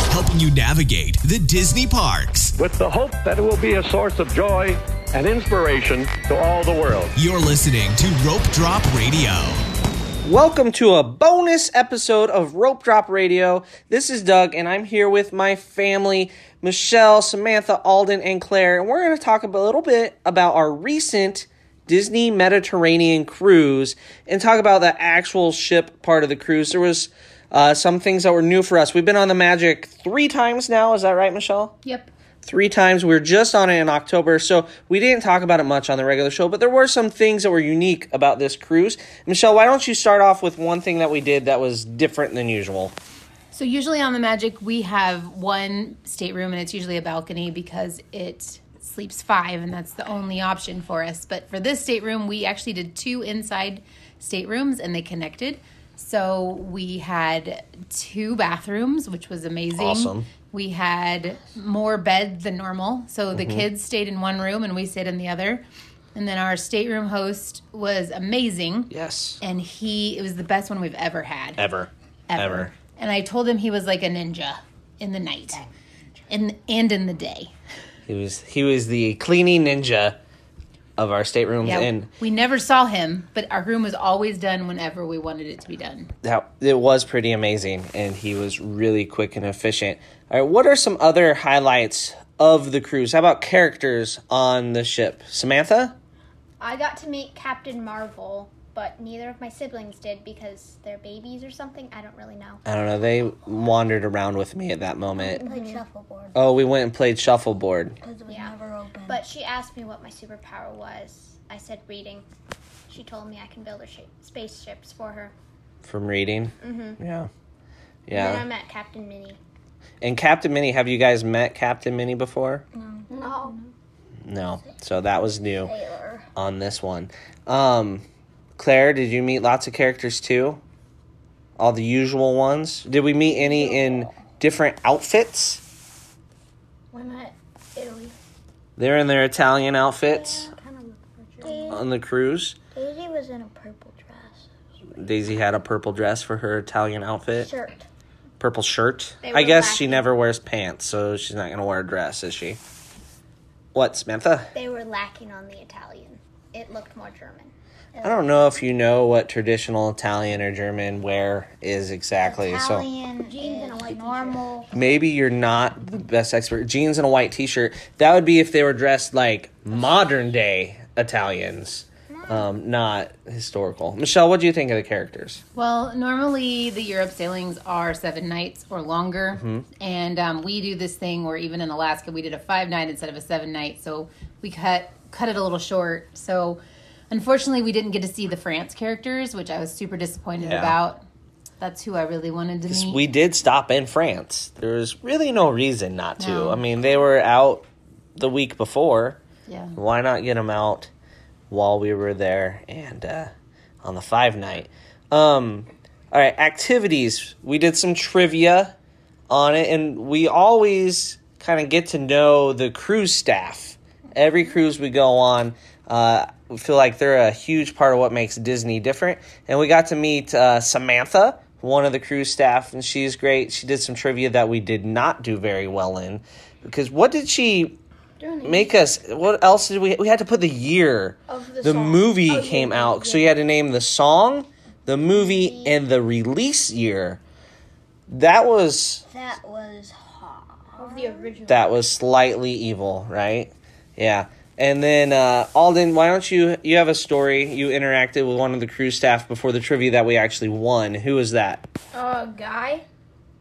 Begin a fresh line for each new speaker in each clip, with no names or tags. helping you navigate the Disney parks.
with the hope that it will be a source of joy and inspiration to all the world.
You're listening to Rope Drop Radio.
Welcome to a bonus episode of Rope Drop Radio. This is Doug, and I'm here with my family, Michelle, Samantha, Alden, and Claire, and we're going to talk a little bit about our recent Disney Mediterranean cruise and talk about the actual ship part of the cruise. There was uh, some things that were new for us. We've been on the Magic three times now. Is that right, Michelle?
Yep.
three times. We were just on it in October, so we didn't talk about it much on the regular show, but there were some things that were unique about this cruise. Michelle, why don't you start off with one thing that we did that was different than usual?
So usually on the Magic, we have one stateroom, and it's usually a balcony because it sleeps five, and that's the only option for us. But for this stateroom, we actually did two inside staterooms, and they connected. So we had two bathrooms, which was amazing.
Awesome.
We had more bed than normal. So the kids stayed in one room, and we stayed in the other. And then our stateroom host was amazing.
Yes.
And he, it was the best one we've ever had.
Ever. Ever.
And I told him he was like a ninja in the night, and and in the day.
He was he was the cleaning ninja of our staterooms
Yeah,
and
we never saw him, but our room was always done whenever we wanted it to be done.
that it was pretty amazing and he was really quick and efficient. All right, what are some other highlights of the cruise? How about characters on the ship? Samantha?
I got to meet Captain Marvel, but neither of my siblings did because they're babies or something. I don't really know.
I don't know. They wandered around with me at that moment.
Played shuffleboard
Oh, we went and played shuffleboard.
because it was
Yeah.
never open.
But she asked me what my superpower was. I said reading. She told me I can build her shape, spaceships for her.
from reading. Mm-hmm. Yeah.
Then I
Yeah.
met Captain Minnie.
And Captain Minnie, have you guys met Captain Minnie before?
Oh,
No. So that was new
Taylor.
on this one. Um, Claire, did you meet lots of characters too? All the usual ones? Did we meet any in different outfits?
We met Italy.
They're in their Italian outfits
Kind of Daisy,
on the cruise.
Daisy was in a purple dress
Daisy had a purple dress for her Italian outfit,
shirt.
purple shirt.
They
I
were
guess she
lacking-
never wears pants, so she's not going to wear a dress, is she? What, Samantha?
they were lacking on the Italian. It looked more German.
I don't know if you know what traditional Italian or German wear is exactly.
Italian jeans and a white normal.
So maybe you're not the best expert. Jeans and a white t-shirt. That would be if they were dressed like modern day Italians, um, not historical. Michelle, what do you think of the characters?
Well, normally the Europe sailings are seven nights or longer,
Mm-hmm.
and um, we do this thing where even in Alaska we did a five night instead of a seven night, so we cut cut it a little short. So unfortunately, we didn't get to see the France characters, which I was super disappointed
Yeah.
about. That's who I really wanted to meet.
We did stop in France. There was really no reason not to.
No.
I mean, they were out the week before.
yeah.
why not get them out while we were there and uh, on the five night um all right activities we did some trivia on it and we always kind of get to know the cruise staff every cruise we go on uh, we feel like they're a huge part of what makes disney different and we got to meet uh, samantha one of the cruise staff and she's great she did some trivia that we did not do very well in because what did she make us what else did we we had to put the year
Of the song.
movie came out so you had to name the song the movie and the release year that was
That was hot.
Of the original.
that was slightly evil right yeah and then uh, alden why don't you you have a story you interacted with one of the crew staff before the trivia that we actually won who was that
uh, guy.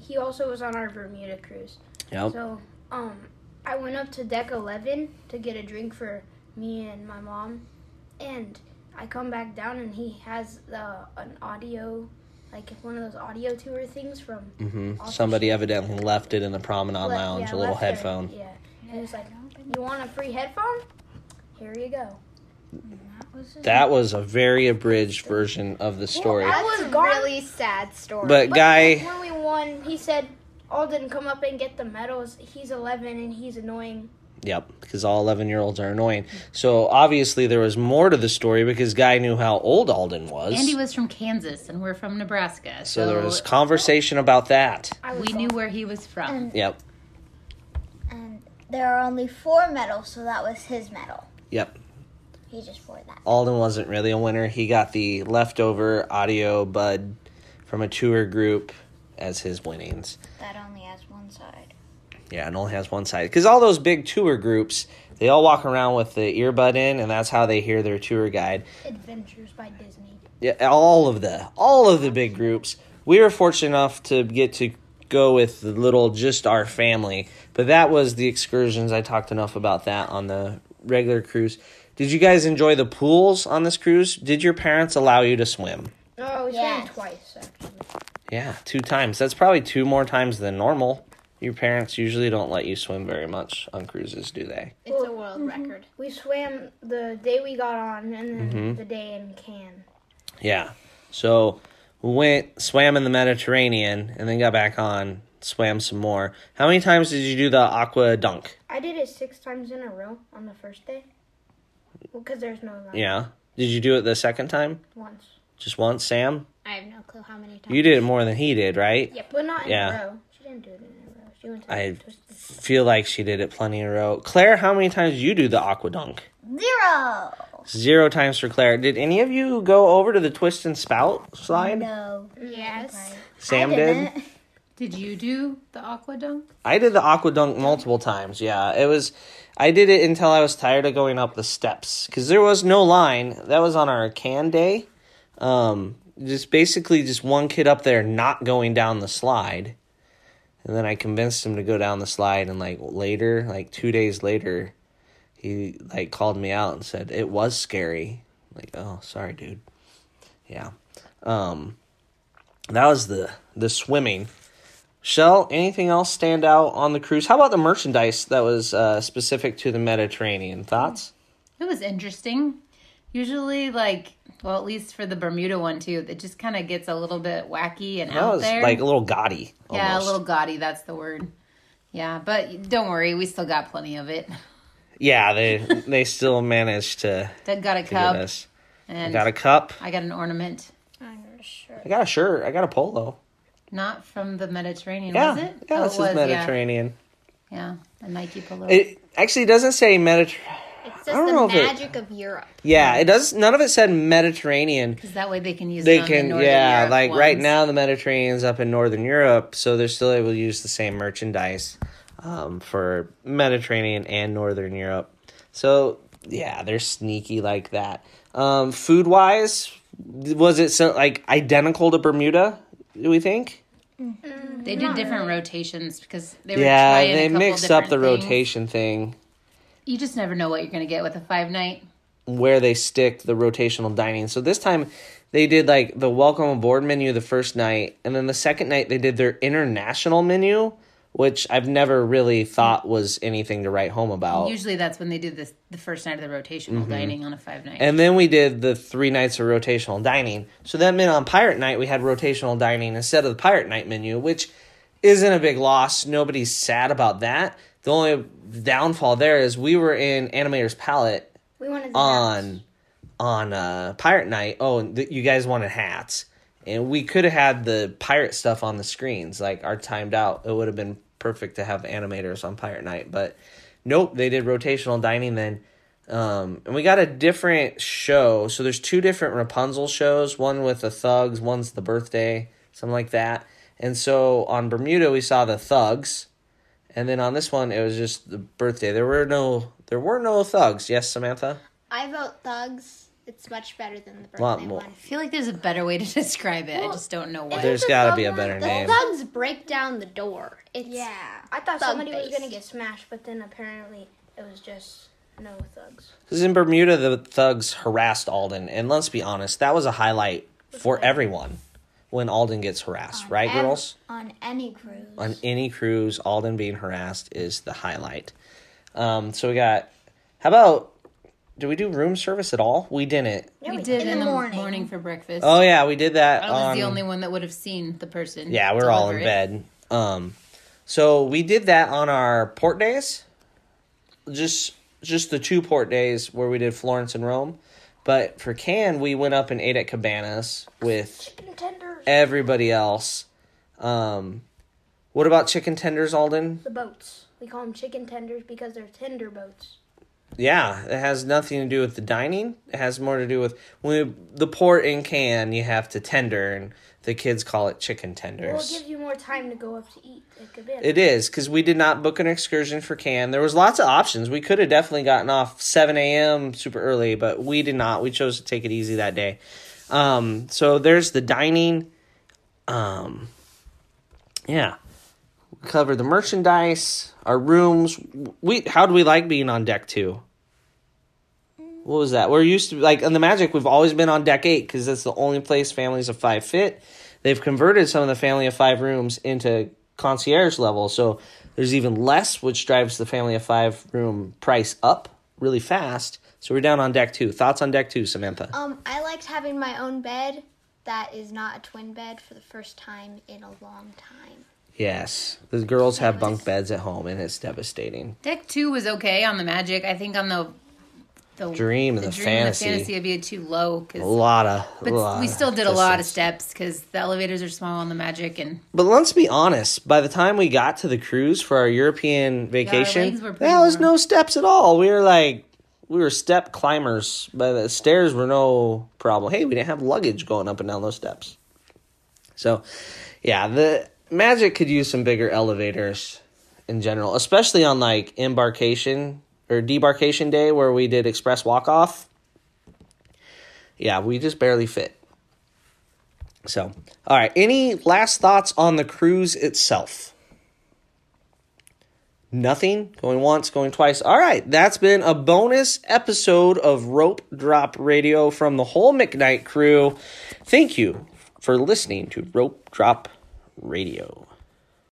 He also was on our Bermuda cruise.
yep
So, um, I went up to deck 11 to get a drink for me and my mom, and I come back down and he has uh, an audio, like one of those audio tour things from
hmm somebody evidently left it in the promenade
Le-
lounge
yeah,
a little
left there.
headphone
Yeah, and he was like, "You want a free headphone? Here you go."
that was a very abridged version of the story
I
That's
was
a
gone.
really sad story.
but guy
when we won, he said, "Alden, come up and get the medals. He's 11 and he's annoying."
Yep, because all 11 year olds are annoying. So obviously there was more to the story because Guy knew how old Alden was.
Andy was from Kansas and we're from Nebraska.
so
So,
there was conversation about that.
we knew where he was from.
Yep,
And there are only four medals, so that was his medal.
yep.
He just wore that.
Alden wasn't really a winner. He got the leftover audio bud from a tour group as his winnings.
That only has one side.
Yeah, and only has one side. Because all those big tour groups, they all walk around with the earbud in, and that's how they hear their tour guide.
Adventures by Disney.
Yeah, all of the all of the big groups. We were fortunate enough to get to go with the little just our family, but that was the excursions. I talked enough about that on the regular cruise. Did you guys enjoy the pools on this cruise? Did your parents allow you to swim?
Oh, we
Yes.
swam twice actually.
Yeah, two times. That's probably two more times than normal. Your parents usually don't let you swim very much on cruises, do they?
It's a world record.
mm-hmm. We swam the day we got on, and then
Mm-hmm.
the day in Cannes.
Yeah. So we went, swam in the Mediterranean, and then got back on, swam some more. How many times did you do the aqua dunk?
I did it six times in a row on the first day. Because there's no line.
Yeah. Did you do it the second time?
Once.
Just once, Sam?
I have no clue how many times.
You did it more than he did, right?
Yeah, but not in
Yeah.
a row. She didn't do it in a row. She went to
I
twisted.
feel like she did it plenty in a row. Claire, how many times did you do the aqua dunk?
Zero!
Zero times for Claire. Did any of you go over to the twist and spout slide?
No.
Yes.
Sam
I
did.
didn't.
Did you do the aqua dunk?
I did the aqua dunk multiple times. Yeah, it was. I did it until I was tired of going up the steps because there was no line. That was on our can day. Um, just basically just one kid up there not going down the slide, and then I convinced him to go down the slide. And like later, like two days later, he like called me out and said it was scary. Like, oh, sorry, dude. Yeah. Um, that was the the swimming. Shell, anything else stand out on the cruise? How about the merchandise that was uh, specific to the Mediterranean? Thoughts?
It was interesting. Usually, like, well, at least for the Bermuda one too, it just kind of gets a little bit wacky and
that
out
was
there.
like a little gaudy.
yeah,
almost.
a little gaudy. That's the word. Yeah, but don't worry, we still got plenty of it.
Yeah, they they still managed to
Doug got a
do
cup,
this. I
and
got a cup.
I got an ornament.
I got a shirt. I got a polo.
Not from the Mediterranean,
Yeah,
was it?
yeah,
Oh,
this
it was,
is Mediterranean.
Yeah, yeah. a Nike polo.
It actually doesn't say Mediterranean.
It's
don't know
just
if
the
it-
magic of Europe.
Yeah, it does. None of it said Mediterranean.
'Cause that way they can use.
They
it on
can,
the Northern
yeah,
Europe
like right
ones.
now the Mediterranean's up in Northern Europe, so they're still able to use the same merchandise um, for Mediterranean and Northern Europe. So yeah, they're sneaky like that. Um, food wise, was it so like identical to Bermuda? Do we think?
They do different rotations because they were
yeah,
trying
they
a couple
mixed up the
different things.
rotation thing
You just never know what you're gonna get with a five night.
where they stick the rotational dining. So this time they did like the welcome aboard menu the first night, and then the second night they did their international menu, which I've never really thought was anything to write home about.
Usually that's when they do this the first night of the rotational dining on a five night.
Mm-hmm. And then we did the three nights of rotational dining. So that meant on Pirate Night we had rotational dining instead of the Pirate Night menu, which isn't a big loss. Nobody's sad about that. The only downfall there is we were in Animator's Palette
We wanted the
on on uh, Pirate Night. Oh, and th- you guys wanted hats, and we could have had the pirate stuff on the screens. Like our timed out, it would have been perfect to have animators on Pirate Night. But nope, they did rotational dining then. Um, and we got a different show. So there's two different Rapunzel shows. One with the thugs. One's the birthday, something like that. And so on Bermuda, we saw the thugs. And then on this one, it was just the birthday. There were no, there were no thugs. Yes, Samantha.
I vote thugs. It's much better than the birthday
Lot more.
one.
I feel like there's a better way to describe it. I just don't know what.
There's got to be a better
The
name.
thugs break down the door. It's
Yeah.
I thought
Thug
somebody was
face.
gonna get smashed, but then apparently it was just no thugs.
Because in Bermuda, the thugs harassed Alden. And let's be honest, that was a highlight for everyone when Alden gets harassed, right,
Ev-
girls?
On any cruise.
On any cruise, Alden being harassed is the highlight. Um, so we got, how about, did we do room service at all? We didn't.
we did in,
in
the
the
morning.
morning.
for breakfast.
Oh, yeah, we did that.
I was the
on-
only one that would have seen the person.
Yeah, we were all in
deliver it.
bed. Um, so we did that on our port days. just just the two port days where we did Florence and Rome. But for Cannes, we went up and ate at Cabanas with
Contenders.
everybody else. Um, what about chicken tenders, Alden?
The boats. We call them chicken tenders because they're tender boats.
Yeah, it has nothing to do with the dining. It has more to do with when you- the port in can you have to tender, and the kids call it chicken
Well,
tenders.
it gives you more time to go up to eat at Cabana.
It is because we did not book an excursion for Can. There was lots of options. We could have definitely gotten off seven a.m. super early, but we did not. We chose to take it easy that day. Um, so there's the dining. Um, yeah, we covered the merchandise, our rooms. We how do we like being on deck two? What was that? We're used to like on the Magic. We've always been on deck eight because that's the only place families of five fit. They've converted some of the family of five rooms into concierge level, so there's even less, which drives the family of five room price up really fast. So we're down on deck two. Thoughts on deck two, Samantha?
Um, I liked having my own bed that is not a twin bed for the first time in a long time.
Yes, the girls have bunk beds at home, and it's devastating.
Deck two was okay on the magic. I think on the the
Dream and the fantasy.
the fantasy would be too low
A
because.
lot of,
But we still did a lot of steps because the elevators are small on the magic and
But let's be honest. By the time we got to the cruise for our European vacation,
legs were pretty
there was
warm.
no steps at all. We were like, we were step climbers. But the stairs were no problem. Hey, we didn't have luggage going up and down those steps. So, yeah, the Magic could use some bigger elevators in general, especially on like embarkation or debarkation day where we did express walk off. Yeah, we just barely fit. So, all right. Any last thoughts on the cruise itself? Nothing. Going once, going twice. All right. That's been a bonus episode of Rope Drop Radio from the whole McKnight crew. Thank you for listening to Rope Drop Radio.